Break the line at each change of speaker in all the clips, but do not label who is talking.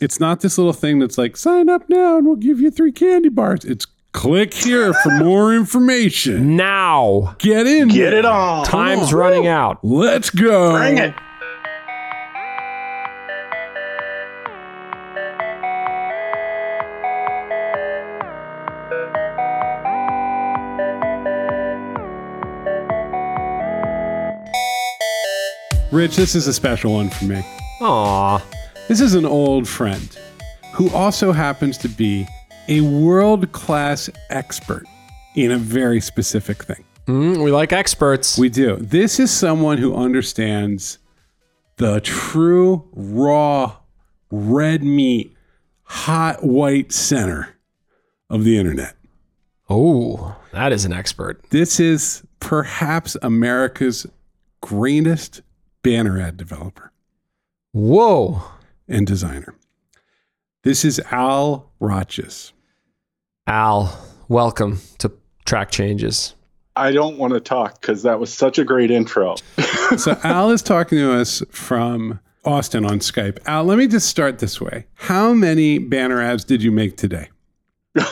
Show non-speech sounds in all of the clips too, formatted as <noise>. it's not this little thing that's like sign up now and we'll give you three candy bars. It's click here for more information.
Now,
Get in.
Get
there.
it all.
time's
on.
running out.
Let's go.
Bring it.
Rich, this is a special one for me.
Aw,
This is an old friend who also happens to be a world class expert in a very specific thing.
Mm, we like experts.
We do. This is someone who understands the true raw red meat, hot white center of the internet.
oh, that is an expert.
This is perhaps America's greatest banner ad developer
Whoa,
and designer. This is Al Roches.
Al, welcome to Track Changes.
I don't want to talk because that was such a great intro. <laughs>
So Al is talking to us from Austin on Skype. Al, let me just start this way. How many banner ads did you make today?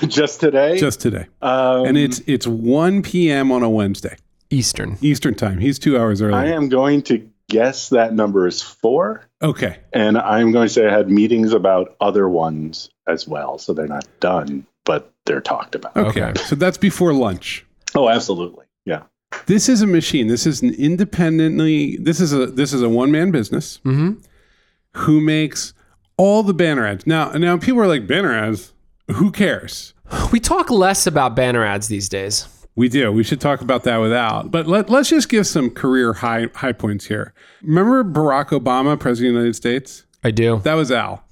Just today.
Just today.
um,
and it's it's 1 p.m. on a Wednesday
Eastern.
Eastern time. He's two hours early.
I am going to guess that number is four.
Okay,
And I'm going to say I had meetings about other ones as well. So they're not done, but they're talked about.
okay.
Okay.
So that's before lunch.
Oh, absolutely. Yeah.
This is a machine. This is an independently. This is a this is a one man business
Mm-hmm.
who makes all the banner ads. Now now people are like banner ads. Who cares?
We talk less about banner ads these days.
We do. We should talk about that without. But let, let's just give some career high high points here. Remember Barack Obama, president of the United States?
I
<laughs>
do.
That was Al.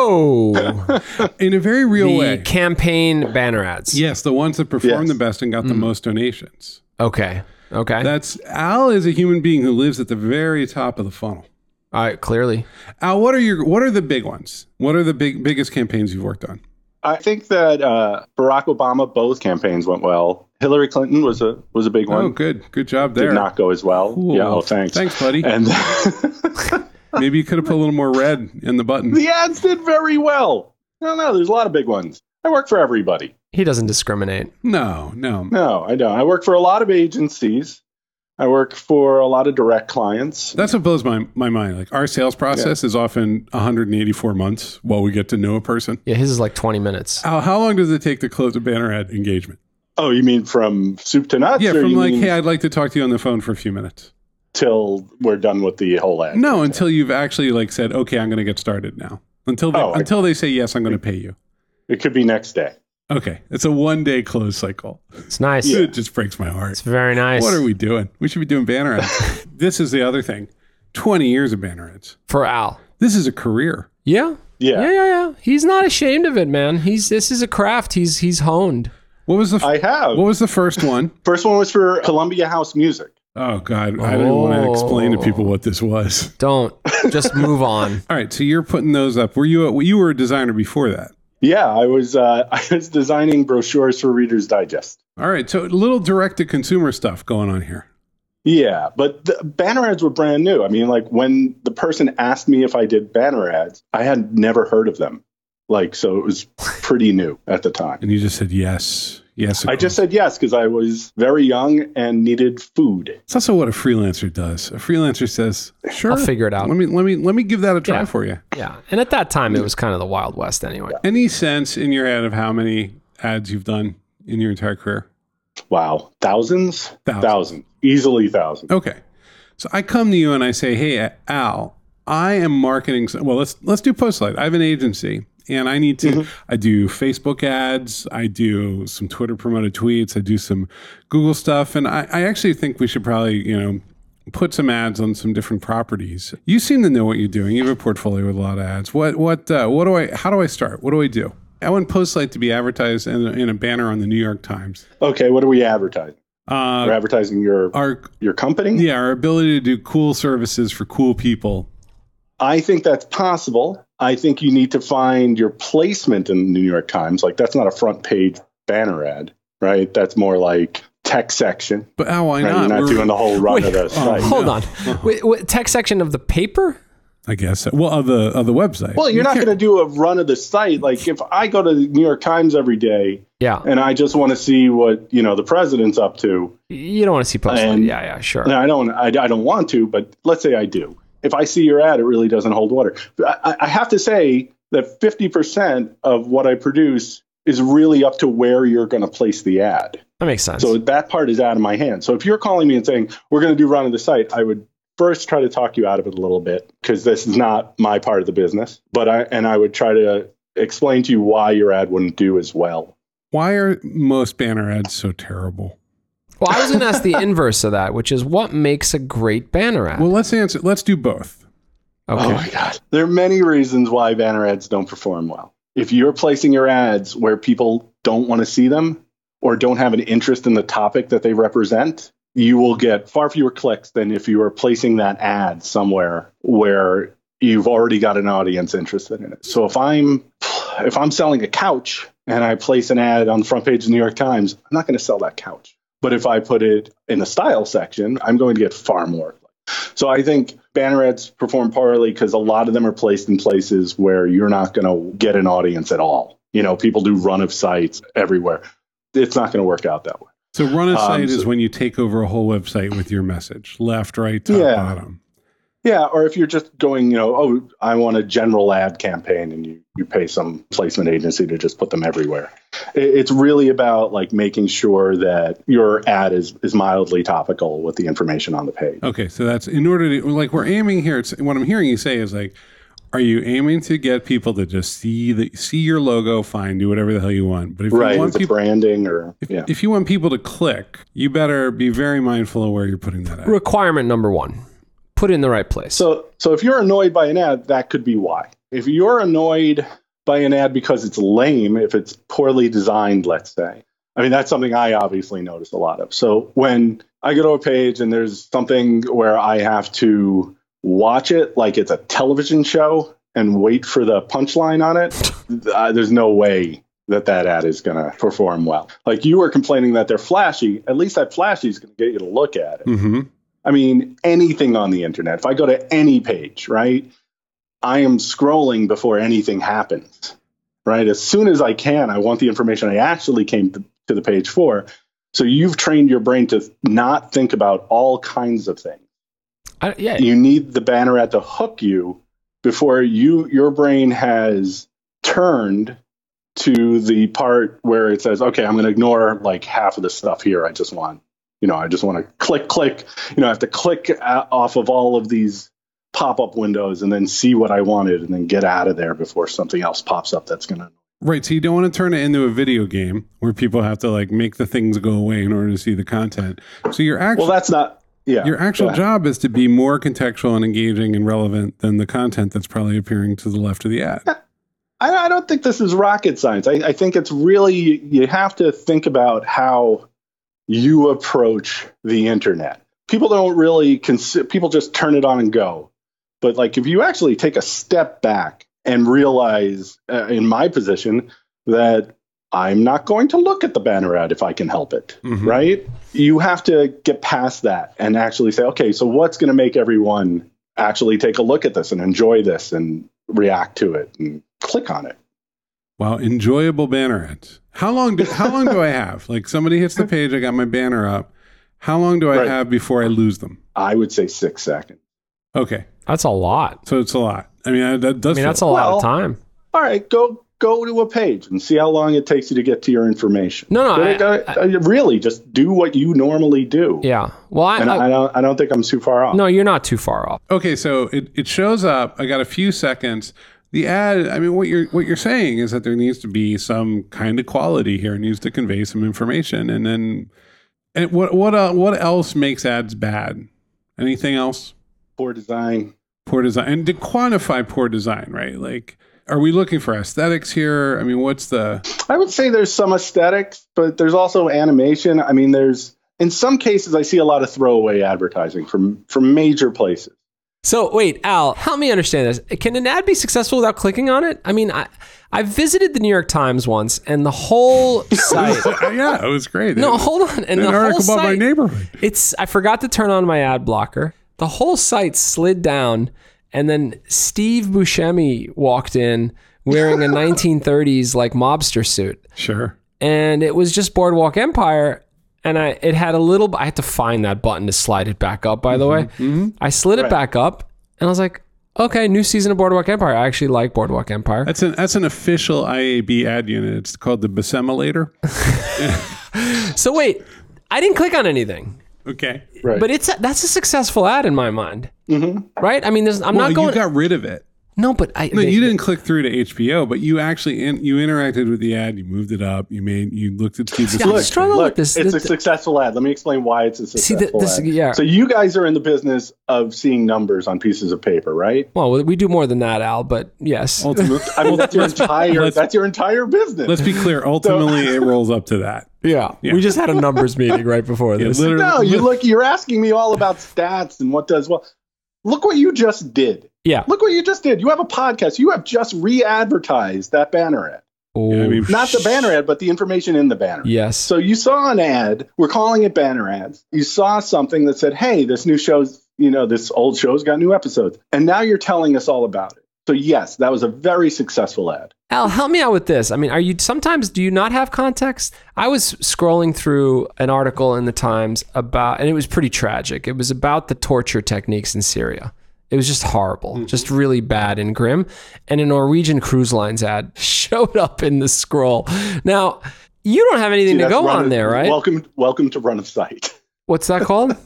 Whoa,
In a very real
the
way.
campaign banner ads.
Yes, the ones that performed
Yes.
the best and got
Mm.
the most donations.
Okay. Okay.
That's Al is a human being who lives at the very top of the funnel.
All right. Clearly.
Al, what are your what are the big ones? What are the big biggest campaigns you've worked on?
I think that uh, Barack Obama, both campaigns went well. Hillary Clinton was a was a big one.
Oh, good, good job
Did
there.
not <laughs> go as well.
Cool.
Yeah. Oh, thanks.
Thanks, buddy.
And <laughs>
Maybe you could have put a little more red in the
<laughs>
button.
the ads did very well. No, no, there's a lot of big ones. I work for everybody.
He doesn't discriminate.
No, no.
No, I don't. I work for a lot of agencies. I work for a lot of direct clients.
That's what blows my, my mind. Like our sales process is often 184 months while we get to know a person.
Yeah, his is like 20 minutes.
Al, how long does it take to close a banner ad engagement?
Oh, you mean from soup to nuts?
Yeah,
or
from
you
like,
mean
hey, I'd like to talk to you on the phone for a few minutes.
till we're done with the whole ad.
No, until you've actually like said, okay, I'm going to get started now. Until they,
Oh, I-
until they say yes, I'm going to pay you.
It could be next day.
Okay, it's a one day close cycle.
It's nice.
It just breaks my heart.
It's very nice.
What are we doing? We should be doing banner ads.
<laughs>
this is the other thing. 20 years of banner ads.
for Al?
This is a career.
Yeah.
Yeah.
Yeah, yeah, yeah. He's not ashamed of it, man. He's this is a craft. He's he's honed.
What was the f-
I have.
What was the first one?
First one was for Columbia House Music.
Oh God, I didn't want to explain to
Oh.
people what this was.
<laughs>
Don't just move on.
All right, so you're putting those up. Were you a, you were a designer before that?
Yeah, I was uh, <laughs> I was designing brochures for Reader's Digest.
All right, so a little direct to consumer stuff going on here.
Yeah, but the banner ads were brand new. I mean, like when the person asked me if I did banner ads, I had never heard of them. Like, so it was pretty new at the time.
And you just said yes, yes. of
I
course.
just said yes because I was very young and needed food.
It's also what a freelancer does. A freelancer says, "Sure,
I'll figure it out."
Let me let me let me give that a try
Yeah.
for you."
Yeah. And at that time it was kind of the Wild West anyway.
Any sense in your head of how many ads you've done in your entire career?
Wow, thousands,
Thousands.
easily thousands.
Okay. So I come to you and I say, "Hey, Al, I am marketing. Some, well, let's let's do Postlight. I have an agency, and I need to. I do Facebook ads. I do some Twitter promoted tweets. I do some Google stuff, and I, I actually think we should probably, you know." Put some ads on some different properties. You seem to know what you're doing. You have a portfolio with a lot of ads. What what uh, what do I? How do I start? What do I do? I want Postlight to be advertised in a, in a banner on the New York Times.
Okay, what are we advertising?
Uh,
We're advertising your
our
your company.
yeah, our ability to do cool services for cool people.
I think that's possible. I think you need to find your placement in the New York Times. Like that's not a front page banner ad, right? That's more like tech section.
But oh, why
Right? You're
not? oh.
not
We're-
doing the whole run
Wait,
<laughs> of the site.
Hold on. Wait, what, tech section of the paper?
I guess. Well, of the of the website.
Well, you're
You
not
can't-
going to do a run of the site. Like if I go to the New York Times every day
Yeah.
and I just want to see what you know the president's up to,
You don't want to see posts. like-
And-
yeah, yeah, sure.
and I don't, I, I don't want to, but let's say I do. If I see your ad, it really doesn't hold water. But I, I have to say that 50% of what I produce is really up to where you're going to place the ad.
That makes sense.
So that part is out of my hand. So if you're calling me and saying we're going to do run of the site, I would first try to talk you out of it a little bit because this is not my part of the business. But I and I would try to explain to you why your ad wouldn't do as well.
Why are most banner ads so terrible?
well, I was going to ask the
<laughs>
inverse of that, which is what makes a great banner ad.
Well, let's answer. Let's do both.
Oh
okay.
my god, there are many reasons why banner ads don't perform well. If you're placing your ads where people don't want to see them or don't have an interest in the topic that they represent, you will get far fewer clicks than if you were placing that ad somewhere where you've already got an audience interested in it. So if I'm if I'm selling a couch and I place an ad on the front page of the New York Times, I'm not going to sell that couch. But if I put it in the style section, I'm going to get far more. So I think banner ads perform poorly because a lot of them are placed in places where you're not going to get an audience at all. You know, people do run of sites everywhere. It's not going to work out that way.
So run a
Um,
site is
so-
when you take over a whole website with your message, left, right, top,
Yeah.
bottom.
Yeah, or if you're just going, you know, oh, I want a general ad campaign, and you you pay some placement agency to just put them everywhere. It, it's really about like making sure that your ad is is mildly topical with the information on the page.
Okay, so that's in order to like we're aiming here. It's what I'm hearing you say is like, are you aiming to get people to just see the see your logo? Fine, do whatever the hell you want. But if
Right,
you
with
want
the
people,
branding or
if,
yeah.
if you want people to click, you better be very mindful of where you're putting that. At.
Requirement number one put it in the right place.
So, so if you're annoyed by an ad, that could be why. If you're annoyed by an ad because it's lame, if it's poorly designed, let's say. I mean, that's something I obviously notice a lot of. So when I go to a page and there's something where I have to watch it like it's a television show and wait for the punchline on it, th- uh, there's no way that that ad is going to perform well. Like you were complaining that they're flashy. At least that flashy is going to get you to look at it.
Mm-hmm.
I mean, anything on the internet. If I go to any page, right, I am scrolling before anything happens, right? As soon as I can, I want the information I actually came to, to the page for. So you've trained your brain to not think about all kinds of things.
I, yeah.
You need the banner ad to hook you before you your brain has turned to the part where it says, "Okay, I'm going to ignore like half of the stuff here. I just want, you know, I just want to click, click. You know, I have to click uh, off of all of these pop-up windows and then see what I wanted, and then get out of there before something else pops up that's going to."
Right. So you don't want to turn it into a video game where people have to like make the things go away in order to see the content. So your actual
Well, that's not. Yeah,
your actual
go ahead.
job is to be more contextual and engaging and relevant than the content that's probably appearing to the left of the ad.
I, I don't think this is rocket science. I, I think it's really you have to think about how you approach the internet. People don't really consider. People just turn it on and go. But like, if you actually take a step back and realize, uh, in my position, that I'm not going to look at the banner ad if I can help it
Mm-hmm.
Mhm.
right? You have to get past that and actually say, okay, so what's going to make everyone actually take a look at this and enjoy this and react to it and click on it?
Wow, enjoyable banner ads. How long do how long do I have? <laughs> Like somebody hits
<laughs>
the page, I got my banner up. How long do I
Right.
have before I lose them?
I would say six seconds.
Okay,
That's a lot.
so it's a lot. I mean, I, that
I
does.
mean,
feel-
that's a lot
Well-
of time.
All right, go go to a page and see how long it takes you to get to your information.
No, no,
Go-
I-
go- really, just do what you normally do.
Yeah. Well, I,
And
I-
I, I don't I don't think I'm too far off.
no, you're not too far off.
okay, so it, it shows up. I got a few seconds. The ad. I mean, what you're what you're saying is that there needs to be some kind of quality here. It needs to convey some information, and then and what what uh, what else makes ads bad? Anything else?
Poor design.
poor design and to quantify poor design, right? Like, are we looking for aesthetics here? I mean, what's the
I would say there's some aesthetics, but there's also animation. I mean, there's in some cases I see a lot of throwaway advertising from from major places.
So wait, Al, help me understand this. Can an ad be successful without clicking on it? I mean, I I visited the New York Times once, and
<laughs>
the whole site.
uh, yeah, it was great.
<laughs> no,
It-
hold on.
an
And the whole
article about my
site.
neighborhood.
It's I forgot to turn on my ad blocker. The whole site slid down And then Steve Buscemi walked in
<laughs>
wearing a 1930s like mobster suit.
Sure.
And it was just Boardwalk Empire. And I it had a little I had to find that button to slide it back up, by
Mm-hmm.
the way. I slid it
Right.
back up and I was like, okay, new season of Boardwalk Empire. I actually like Boardwalk Empire.
That's an that's an official IAB ad unit. It's called the
<laughs>
Besemilator.
so wait, I didn't click on anything.
Okay.
Right.
But it's that's a successful ad in my mind, mm-hmm. right? I mean, there's, I'm
Well,
not going.
you got rid of it.
no, but I.
No,
they-
you didn't click through to HBO, but you actually in, you interacted with the ad. You moved it up. You made you looked at Steve.
I'm
Buscemi.
struggling with this.
It's a
This-
successful ad. Let me explain why it's a
See, th-
successful
this-
ad.
yeah.
So you guys are in the business of seeing numbers on pieces of paper, right?
well, we do more than that, Al. But yes,
Ultimate-
I mean, that's your entire
let's-
that's your entire business.
Let's be clear. Ultimately, it rolls up to that.
yeah.
Yeah.
We just had a numbers meeting right
<laughs>
before
It
this.
literally-
no, you look. You're asking me all about stats and what does well. Look what you just did.
yeah.
Look what you just did. You have a podcast. You have just re-advertised that banner ad.
Yeah, I mean,
Not the banner ad, but the information in the banner.
Oh, Yes.
So you saw an ad. We're calling it banner ads. You saw something that said, "Hey, this new show's, you know, this old show's got new episodes." And now you're telling us all about it. So yes, that was a very successful ad.
Al, help me out with this. I mean, are you sometimes do you not have context? I was scrolling through an article in the Times about, and it was pretty tragic. It was about the torture techniques in Syria. It was just horrible,
Mm-hmm.
just really bad and grim. And a Norwegian Cruise Lines ad <laughs> showed up in the scroll. Now, you don't have anything to
That's
go
run
on
of-
there, right?
Welcome, welcome to run of sight. <laughs>
What's that called?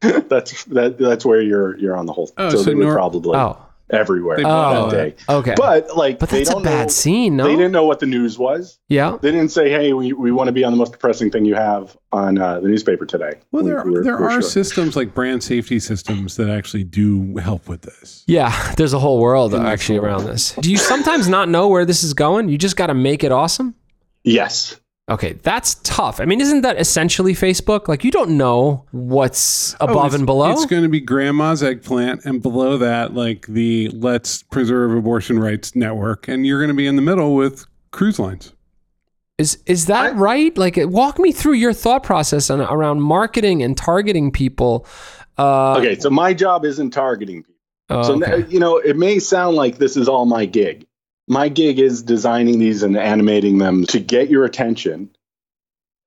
that's that, that's where you're you're on the whole.
Oh,
so,
so
they were
nor-
probably
Oh,
everywhere
bought
that day.
okay.
But like,
But
they
that's
don't
a bad
know,
scene,
They
no?
didn't know what the news was.
Yeah.
They didn't say, "Hey, we, we want to be on the most depressing thing you have on uh, the newspaper today."
Well,
We-
there
we're-
there
we're
are
sure.
systems like brand safety systems that actually do help with this.
Yeah, there's a whole world actually around this. Do you sometimes not know where this is going? You just got to make it awesome?
yes.
Okay, that's tough. I mean, isn't that essentially Facebook? Like, you don't know what's
Oh,
above
it's-
and below.
It's going to be grandma's eggplant, and below that, like the Let's Preserve Abortion Rights Network, and you're going to be in the middle with cruise lines.
Is is that
I-
right? Like, walk me through your thought process on, around marketing and targeting people. Uh,
Okay, so my job isn't targeting people.
oh,
so
okay.
n- you know, it may sound like this is all my gig. My gig is designing these and animating them to get your attention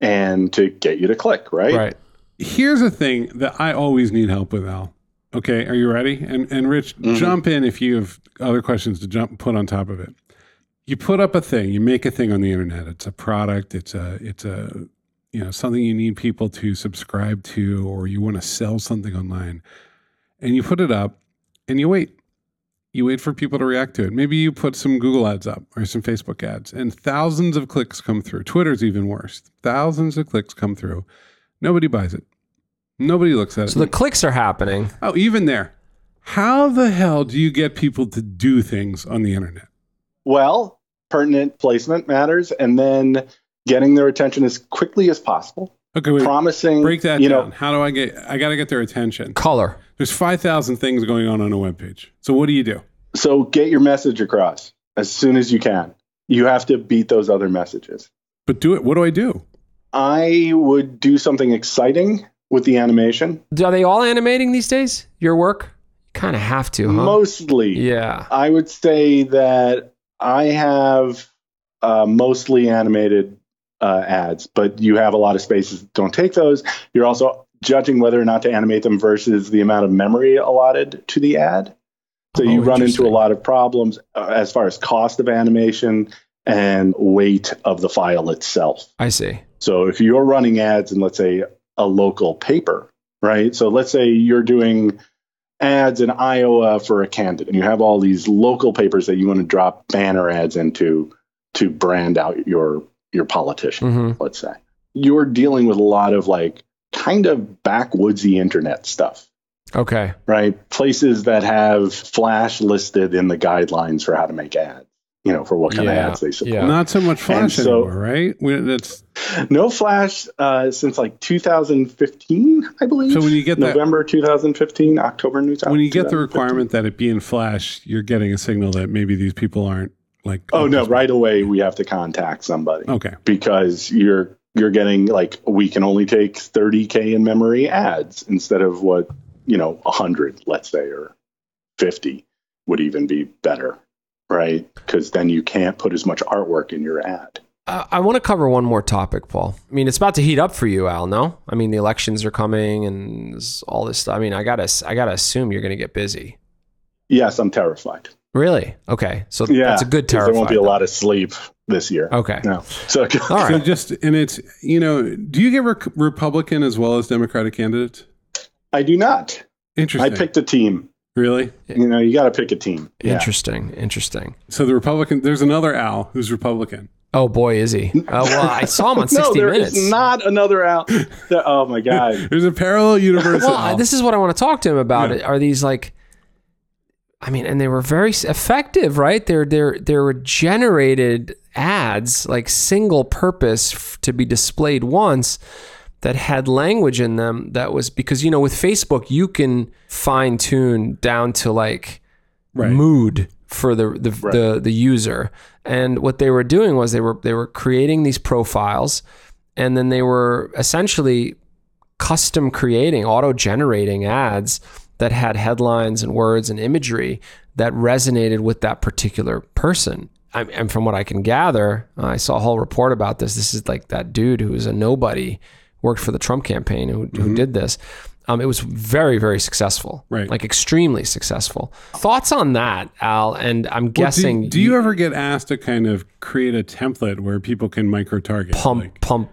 and to get you to click, right?
right.
Here's a thing that I always need help with, Al. Okay, are you ready? And and Rich,
Mm-hmm.
jump in if you have other questions to jump put on top of it. You put up a thing, you make a thing on the internet. It's a product, it's a it's a you know, something you need people to subscribe to or you want to sell something online. And you put it up and you wait. You wait for people to react to it. Maybe you put some Google ads up or some Facebook ads and thousands of clicks come through. Twitter's even worse. Thousands of clicks come through. Nobody buys it. Nobody looks at it.
So the clicks are happening.
Oh, even there. How the hell do you get people to do things on the internet?
Well, pertinent placement matters, and then getting their attention as quickly as possible,
Okay, wait.
promising.
break that
you
down.
know,
How do I get? I got to get their attention.
Color.
There's five thousand things going on on a web page. So what do you do?
so get your message across as soon as you can. You have to beat those other messages.
But do it. What do I do?
I would do something exciting with the animation,
Are they all animating these days? Your work? Kind of have to, huh?
mostly.
Uh-huh. yeah.
I would say that I have uh, mostly animated uh, ads, but you have a lot of spaces that don't take those. You're also judging whether or not to animate them versus the amount of memory allotted to the ad. So
Oh,
you run into a
interesting.
lot of problems uh, as far as cost of animation and weight of the file itself.
I see.
So if you're running ads in, let's say, a local paper, right? So let's say you're doing ads in Iowa for a candidate, and you have all these local papers that you want to drop banner ads into to brand out your your politician,
hmm
let's say. You're dealing with a lot of like kind of backwoodsy internet stuff,
Okay.
right? Places that have Flash listed in the guidelines for how to make ads, you know, for what kind
Yeah,
of ads they support.
Yeah.
Not so much flash
And so-
anymore, right? We- That's
No Flash uh, since like 2015, I believe.
So when you get that-
November 2015, October new
when you get the requirement that it be in flash, you're getting a signal that maybe these people aren't like.
Oh no!
just-
Right away, we have to contact somebody
Okay.
because you're you're getting like we can only take 30k in memory ads instead of what you know 100, let's say, or 50. would even be better, right? Because then you can't put as much artwork in your ad.
Uh, I want to cover one more topic, Paul. I mean, it's about to heat up for you, Al. No, I mean the elections are coming and there's all this stuff. I mean, I gotta, I gotta assume you're gonna get busy.
Yes, I'm terrified.
Really? Okay, so
Yeah,
that's a good
'cause
terrified.
There won't be a
though.
lot of sleep this year.
Okay.
No. So
All right.
So just and it's you know, do you get re- Republican as well as Democratic candidates?
I do not. I
Interesting.
picked a team.
really.
You know, you got to pick a team. <laughs> Yeah.
Interesting. Interesting.
So the Republican, there's another Al who's Republican.
Oh boy, is he? Oh well, I saw him on 60
<laughs> No, there is
Minutes.
not another out.
<laughs>
there- oh my god.
There's a parallel universe.
well,
Al.
this is what I want to talk to him about. Are these like? I mean, and they were very s- effective, right? They're they're they were generated ads, like single purpose f- to be displayed once, that had language in them that was because you know with Facebook you can fine tune down to like
Right.
mood for the the, the the user. And what they were doing was they were they were creating these profiles, and then they were essentially custom creating, auto generating ads that had headlines and words and imagery that resonated with that particular person. I, and from what I can gather, I saw a whole report about this. This is like that dude who was a nobody, worked for the Trump campaign, who, who did this. Um, it was very, very successful,
Mm-hmm. Right.
Like extremely successful. Thoughts on that, Al? And I'm
Well,
guessing
Do, do you ever get asked to kind of create a template where people can micro target?
pump pump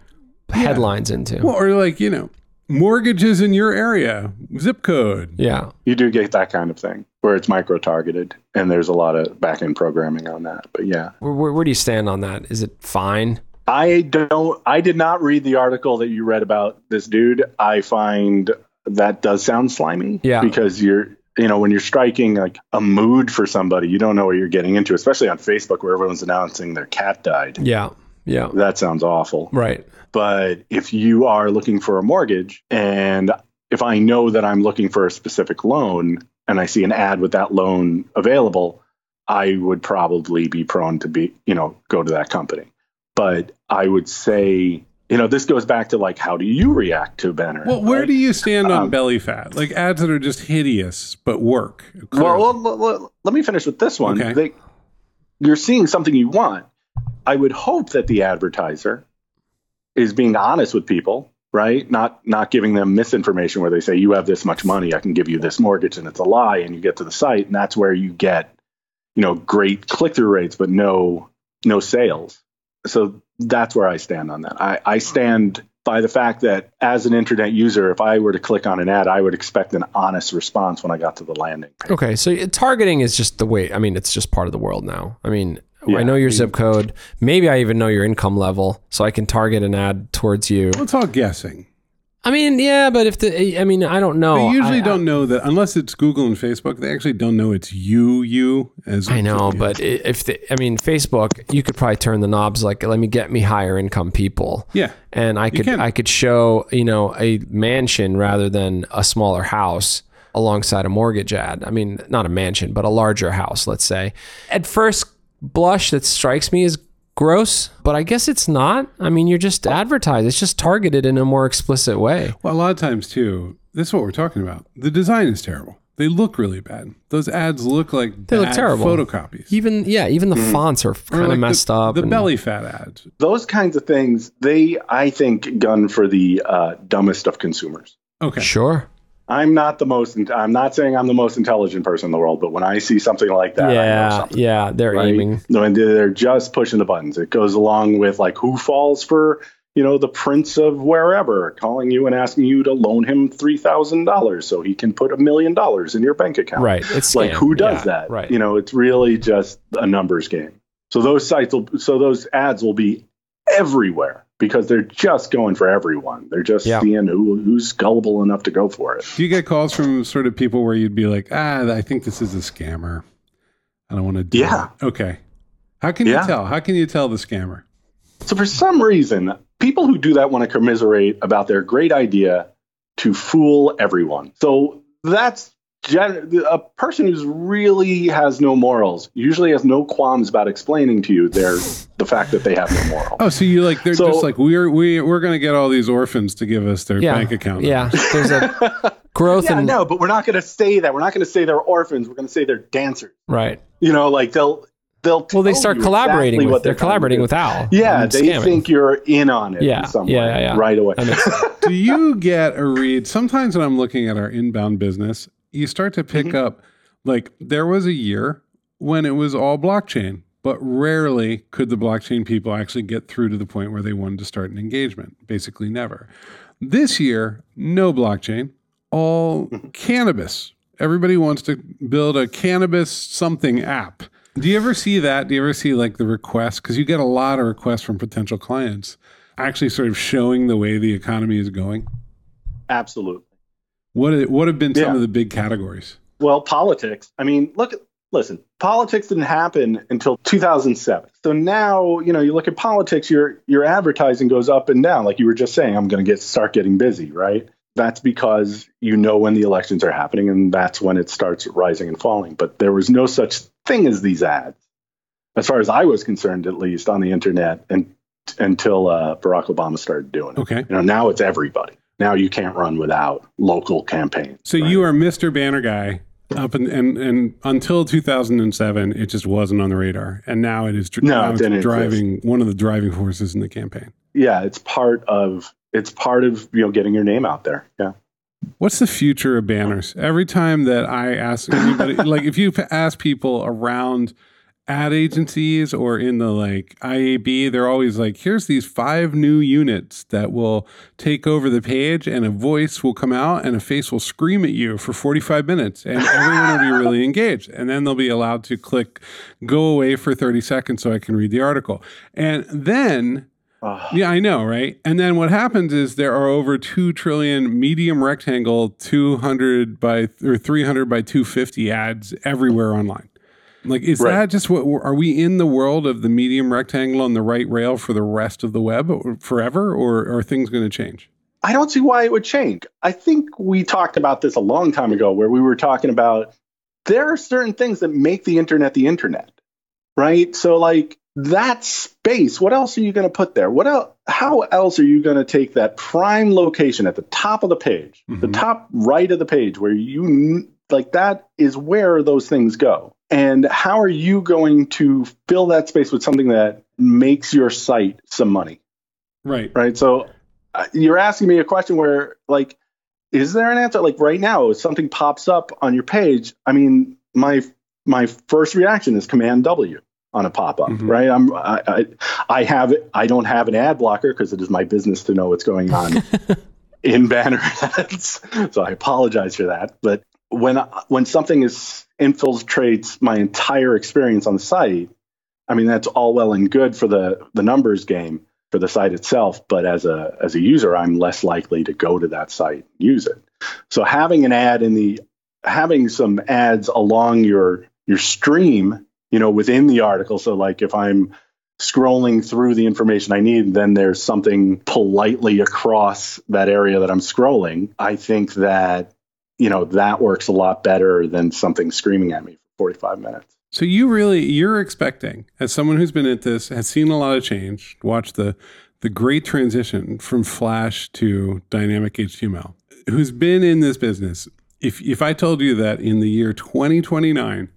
headlines into?
Well, or like you know, mortgages in your area, zip code.
yeah,
You do get that kind of thing where it's micro targeted and there's a lot of back end programming on that. But yeah.
where, where, where do you stand on that? Is it fine?
I don't I did not read the article that you read about this dude. I find that does sound slimy.
Yeah.
Because you're you know, when you're striking like a mood for somebody, you don't know what you're getting into, especially on Facebook where everyone's announcing their cat died.
Yeah, yeah,
That sounds awful.
right.
But if you are looking for a mortgage and if I know that I'm looking for a specific loan and I see an ad with that loan available, I would probably be prone to be, you know, go to that company. But I would say, you know, this goes back to like, how do you react to a banner? ad,
Well, where
right?
do you stand on
Um,
belly fat? Like ads that are just hideous but work.
Well,
clearly.
well, well, well, let me finish with this one.
Okay.
They, you're seeing something you want. I would hope that the advertiser is being honest with people, right? Not not giving them misinformation where they say you have this much money, I can give you this mortgage, and it's a lie. And you get to the site, and that's where you get, you know, great click through rates, but no no sales. So that's where I stand on that. I, I stand by the fact that as an internet user, if I were to click on an ad, I would expect an honest response when I got to the landing page.
Okay, so y- targeting is just the way. I mean, it's just part of the world now. I mean, I
Yeah.
know your zip code. Maybe I even know your income level, so I can target an ad towards you.
it's all guessing.
I mean, yeah, but if the, I mean, I don't know.
They usually
Oh, I-
don't know that unless it's Google and Facebook. They actually don't know it's you. You as
I know, but i- if the, I mean, Facebook, you could probably turn the knobs like, let me get me higher income people.
yeah,
and I could
can.
I could show you know a mansion rather than a smaller house alongside a mortgage ad. I mean, not a mansion, but a larger house, let's say. At first blush, that strikes me as gross, but I guess it's not. I mean, you're just advertised. It's just targeted in a more explicit way.
Well, a lot of times too, this is what we're talking about. The design is terrible. They look really bad. Those ads look like
They look
bad
terrible.
photocopies.
Even yeah, even
Mm-hmm.
the fonts are
Or
kind of
like
messed
the,
up.
The
and-
belly fat ads.
those kinds of things they i think gun for the uh, dumbest of consumers
Okay.
Sure.
i'm not the most i'm not saying i'm the most intelligent person in the world but when i see something like that i know
yeah,
something
yeah, they're
right?
aiming.
no and they're just pushing the buttons it goes along with like who falls for you know the prince of wherever calling you and asking you to loan him $3000 so he can put a million dollars in your bank account
Right. It's
like
scam.
who does
Yeah,
that
Right.
you know it's really just a numbers game so those sites will so those ads will be everywhere because they're just going for everyone they're just
Yeah.
seeing who, who's gullible enough to go for it
Do you get calls from sort of people where you'd be like, ah, I think this is a scammer. I don't want to do
Yeah.
it." Okay. How can
Yeah.
you tell? How can you tell the scammer?
so for some reason people who do that want to commiserate about their great idea to fool everyone so that's gen- a person who's really has no morals usually has no qualms about explaining to you their the fact that they have no morals
Oh, so you like they're
So-
just like we're we we're gonna get all these orphans to give us their bank account.
<laughs>
Yeah, there's a growth
Yeah,
and
no, but we're not going to say that. We're not going to say they're orphans. We're going to say they're dancers.
right.
You know, like they'll they'll.
Well, they
tell
start
you
collaborating.
Oh, exactly
with,
what
they're
trying to
collaborating
do.
with Al.
Yeah,
and
they
scamming.
think you're in on it.
Yeah,
in some way,
yeah, yeah, yeah.
right away.
That makes sense.
Do you get a read? Sometimes when I'm looking at our inbound business, you start to pick up like there was a year when it was all blockchain, but rarely could the blockchain people actually get through to the point where they wanted to start an engagement. Basically, never. This year, no blockchain, all cannabis. Everybody wants to build a cannabis something app. Do you ever see that? Do you ever see like the requests? Because you get a lot of requests from potential clients actually sort of showing the way the economy is going?
<laughs> Absolutely.
What are- what have been some
Yeah.
of the big categories?
Well, politics. I mean, look, listen, politics didn't happen until 2007. So now, you know, you look at politics, your your advertising goes up and down. Like you were just saying, I'm going to get start getting busy, right? That's because you know when the elections are happening, and that's when it starts rising and falling. But there was no such thing as these ads, as far as I was concerned, at least on the internet, and until uh, Barack Obama started doing it.
Okay.
You know, now it's everybody. Now you can't run without local campaigns.
So you are Mr. Banner guy up and and and until 2007 it just wasn't on the radar and now it is dr-
No,
now
it
it's
didn't
driving one of the driving forces in the campaign.
yeah, it's part of it's part of you know getting your name out there. Yeah.
What's the future of banners? Every time that I ask anybody like if you p- ask people around ad agencies or in the like IAB, they're always like, here's these five new units that will take over the page and a voice will come out and a face will scream at you for 45 minutes and everyone will be really engaged. And then they'll be allowed to click go away for 30 seconds so I can read the article. And then
Ugh.
yeah, I know, right? And then what happens is there are over 2 trillion medium rectangle 200 by or 300 by 250 ads everywhere online. Like is
Right.
that just what we're- are we in the world of the medium rectangle on the right rail for the rest of the web or- forever or are things going to change?
I don't see why it would change. I think we talked about this a long time ago where we were talking about there are certain things that make the internet the internet. Right? So like that space, what else are you going to put there? What el- how else are you going to take that prime location at the top of the page, the
Mhm.
top right of the page where you n- like that is where those things go. And how are you going to fill that space with something that makes your site some money?
Right.
right? So uh, you're asking me a question where, like, is there an answer? Like right now, if something pops up on your page, I mean, my my first reaction is Command W on a pop up,
Mhm.
right? I'm I, I I have I don't have an ad blocker because it is my business to know what's going on in banner ads, so I apologize for that. But when when something is infiltrates my entire experience on the site, I mean that's all well and good for the the numbers game for the site itself, but as a as a user, I'm less likely to go to that site and use it. So having an ad in the having some ads along your your stream, you know, within the article. So like if I'm scrolling through the information I need, then there's something politely across that area that I'm scrolling. I think that you know that works a lot better than something screaming at me for 45 minutes.
So you really you're expecting as someone who's been at this has seen a lot of change, watched the the great transition from Flash to dynamic HTML. Who's been in this business? If if I told you that in the year 2029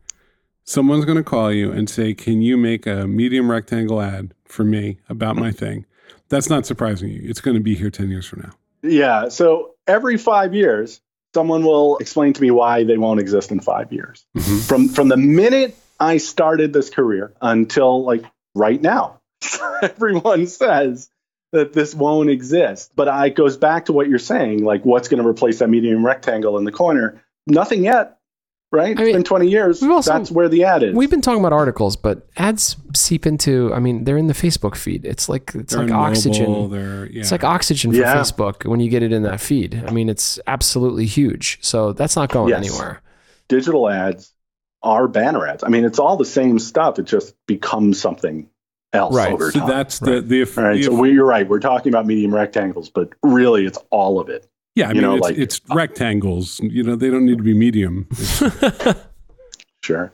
someone's going to call you and say, "Can you make a medium rectangle ad for me about my thing?" That's not surprising you. It's going to be here 10 years from now.
Yeah. So every five years, someone will explain to me why they won't exist in five years.
Mm-hmm.
From from the minute I started this career until like right now, <laughs> everyone says that this won't exist. But I it goes back to what you're saying, like what's going to replace that medium rectangle in the corner? Nothing yet, right?
I mean,
it's been 20 years.
we've also-
That's where the ad is.
We've been talking about articles, but ads seep into. I mean, they're in the Facebook feed. It's like it's
They're
like
in
oxygen.
mobile, they're- yeah.
It's like oxygen for
Yeah.
Facebook when you get it in that feed. I mean, it's absolutely huge. So that's not going
Yes.
anywhere.
digital ads are banner ads. I mean, it's all the same stuff. It just becomes something else
Right.
over
so
time.
that's the the, eff-
All right,
the
so
eff-
we, you're right. We're talking about medium rectangles, but really, it's all of it.
yeah, I
you
mean
know,
it's,
like- uh,
it's rectangles. You know, they don't need to be medium.
<laughs> Sure.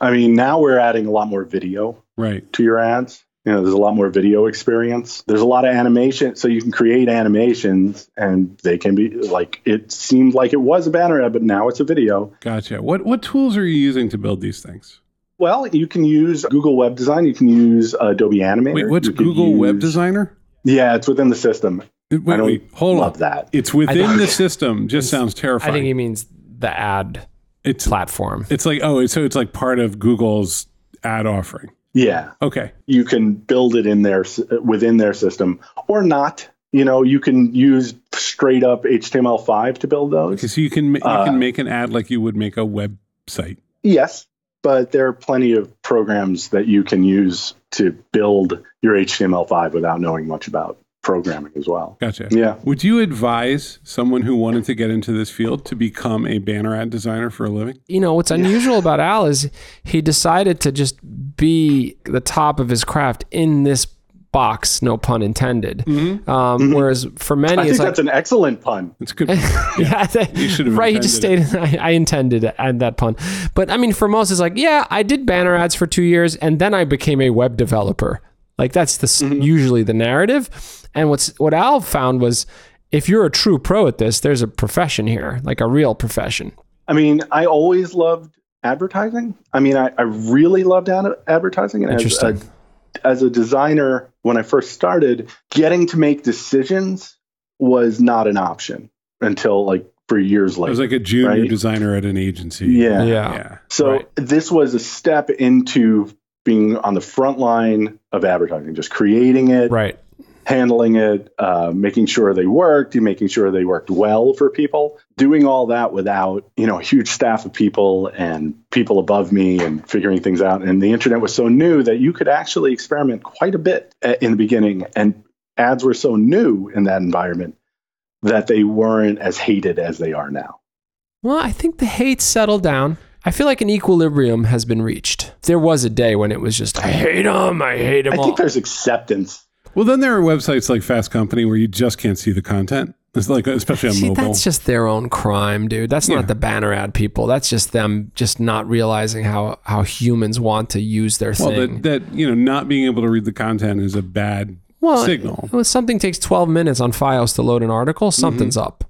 I mean, now we're adding a lot more video
Right.
to your ads. You know, there's a lot more video experience. There's a lot of animation, so you can create animations, and they can be like it seemed like it was a banner ad, but now it's a video.
Gotcha. What what tools are you using to build these things?
Well, you can use Google Web Design. You can use Adobe Animator.
Wait, what's
you can
Google Web
use-
Designer?
Yeah, it's within the system.
Wait,
I don't
wait, hold
love
on.
that.
It's within the
think-
system. Just sounds
I
terrifying.
think he means the ad
it's
platform.
it's like oh, it's, so it's like part of Google's ad offering.
Yeah,
Okay,
you can build it in their within their system or not. You know, you can use straight up HTML5 to build those.
okay. So you can ma- you
Uh,
can make an ad like you would make a website.
Yes, but there are plenty of programs that you can use to build your HTML5 without knowing much about programming as well.
Gotcha.
Yeah.
Would you advise someone who wanted to get into this field to become a banner ad designer for a living?
you know what's unusual about Al is he decided to just be the top of his craft in this box, no pun intended. Um, Whereas for many,
Mm-hmm. I
it's
think
like
that's an excellent pun.
That's good.
<laughs> yeah, that-
you should have
right. He just stayed. I, I intended to add that pun, but I mean, for most, it's like, yeah, I did banner ads for two years, and then I became a web developer. Like that's the s usually the narrative. And what's what Al found was, if you're a true pro at this, there's a profession here, like a real profession.
I mean, I always loved advertising. I mean, I, I really loved ad- advertising. And as,
Interesting.
a, as a designer, when I first started, getting to make decisions was not an option until like for years
I
later.
was like a junior
Right.
designer at an agency.
yeah.
yeah.
Yeah.
So
Right.
this was a step into being on the front line of advertising, just creating it,
Right.
handling it, uh, making sure they worked, making sure they worked well for people. Doing all that without you know a huge staff of people and people above me and figuring things out. And the internet was so new that you could actually experiment quite a bit uh, in the beginning, and ads were so new in that environment that they weren't as hated as they are now.
Well, I think the hate settled down. I feel like an equilibrium has been reached. There was a day when it was just, I hate them, I hate them
I
all.
think there's acceptance.
Well, then there are websites like Fast Company where you just can't see the content. It's like especially on
See,
mobile.
that's just their own crime, dude. That's
Yeah.
not the banner ad people. That's just them just not realizing how, how humans want to use their
well,
thing.
that, that you know, not being able to read the content is a bad
well,
signal.
When something takes 12 minutes on Fios to load an article,
Mm-hmm.
something's up.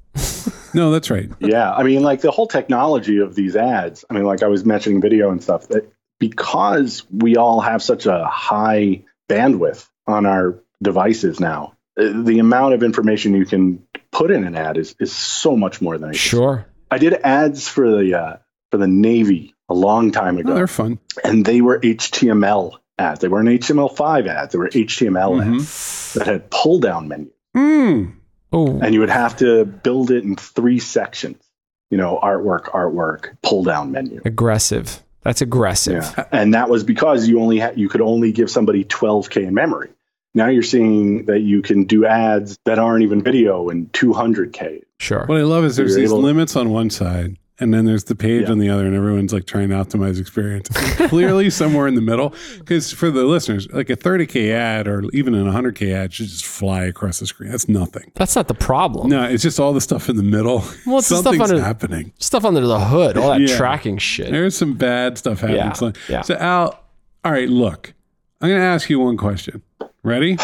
No, that's right.
Yeah, I mean, like the whole technology of these ads. I mean, like I was mentioning video and stuff. That because we all have such a high bandwidth on our devices now, uh, the amount of information you can put in an ad is is so much more than I could-
Sure.
I did ads for the uh, for the Navy a long time
Oh,
ago,
they're fun.
and they were HTML ads. They weren't HTML5 ads. They were HTML
Mm-hmm.
ads that had pull down menus
Mm.
Oh,
and you would have to build it in three sections you know artwork artwork pull down menu
aggressive. That's aggressive.
yeah and that was because you only had you could only give somebody 12k in memory now you're seeing that you can do ads that aren't even video in 200k
Sure.
What I love is there's
You're
these
able-
limits on one side, and then there's the page
Yeah.
on the other, and everyone's like trying to optimize experience. And clearly,
<laughs>
somewhere in the middle, because for the listeners, like a 30k ad or even an 100k ad should just fly across the screen. That's nothing.
That's not the problem.
No, it's just all the stuff in the middle.
Well, it's the
<laughs>
stuff
Something's
under-
happening.
Stuff under the hood, all that
Yeah.
tracking shit.
There's some bad stuff happening.
Yeah,
So-
yeah.
So Al, all right, look, I'm going to ask you one question.
<sighs>
Ready?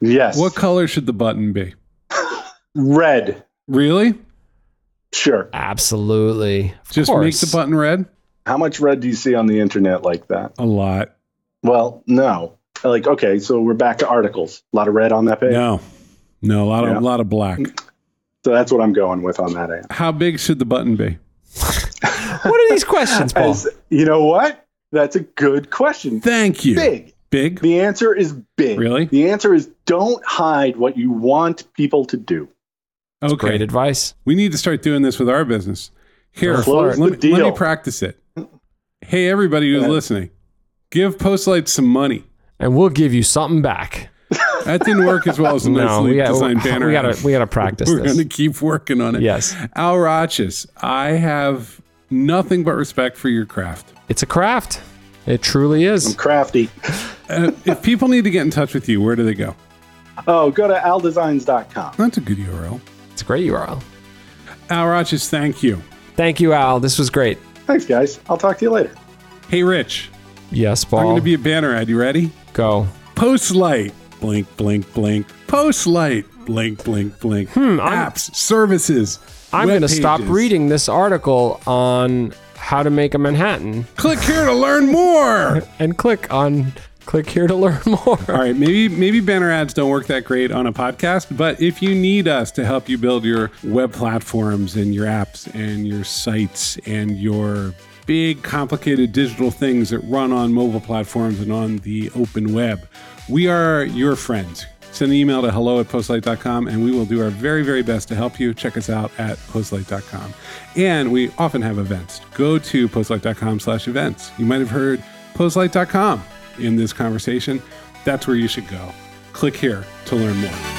yes
What color should the button be?
red
Really?
sure
Absolutely. Of
Just make
course.
the button red?
how much red do you see on the internet like that
A lot.
well no like okay so we're back to articles a lot of red on that page
No. No, a lot of
Yeah.
a lot of black.
so that's what i'm going with on that ad
How big should the button be?
What are
<laughs>
these questions, Paul?
As- you know what that's a good question
Thank you.
big
Big?
The answer is big.
Really?
The answer is don't hide what you want people to do.
Great
Okay.
advice.
We need to start doing this with our business. Here,
Go
let
for it.
me,
Close the
let me
deal.
practice it. Hey, everybody who's
Yeah.
listening, give Postlight some money.
And we'll give you something back.
That didn't work as well as the
No,
nicely
<laughs> we got
designed banner.
we
ad.
got to we got to practice
We're
this.
going to keep working on it.
Yes.
Al Rochus, I have nothing but respect for your craft.
It's a craft. It truly
I'm
is.
crafty.
Uh, if people need to get in touch with you, where do they go?
Oh, go to aldesigns.com.
That's a good URL.
It's a great URL.
Al Rochus, thank you.
Thank you, Al. This was great.
Thanks, guys. I'll talk to you later.
Hey, Rich,
Yes,
I'm
Paul.
going to be a banner ad. You ready?
Go.
Postlight. Blink, blink, blink. Postlight. Blink, blink, blink.
Hmm, I'm-
Apps, services.
I'm
web
going to stop
pages.
reading this article on how to make a Manhattan
Click here to learn more.
and click on click here to learn <laughs> more.
<laughs> All right, maybe maybe banner ads don't work that great on a podcast, but if you need us to help you build your web platforms and your apps and your sites and your big complicated digital things that run on mobile platforms and on the open web, we are your friends. Send an email to hello at postlight.com and we will do our very, very best to help you. Check us out at postlight.com. And we often have events. Go to postlight.com slash events. You might have heard postlight.com in this conversation that's where you should go. Click here to learn more.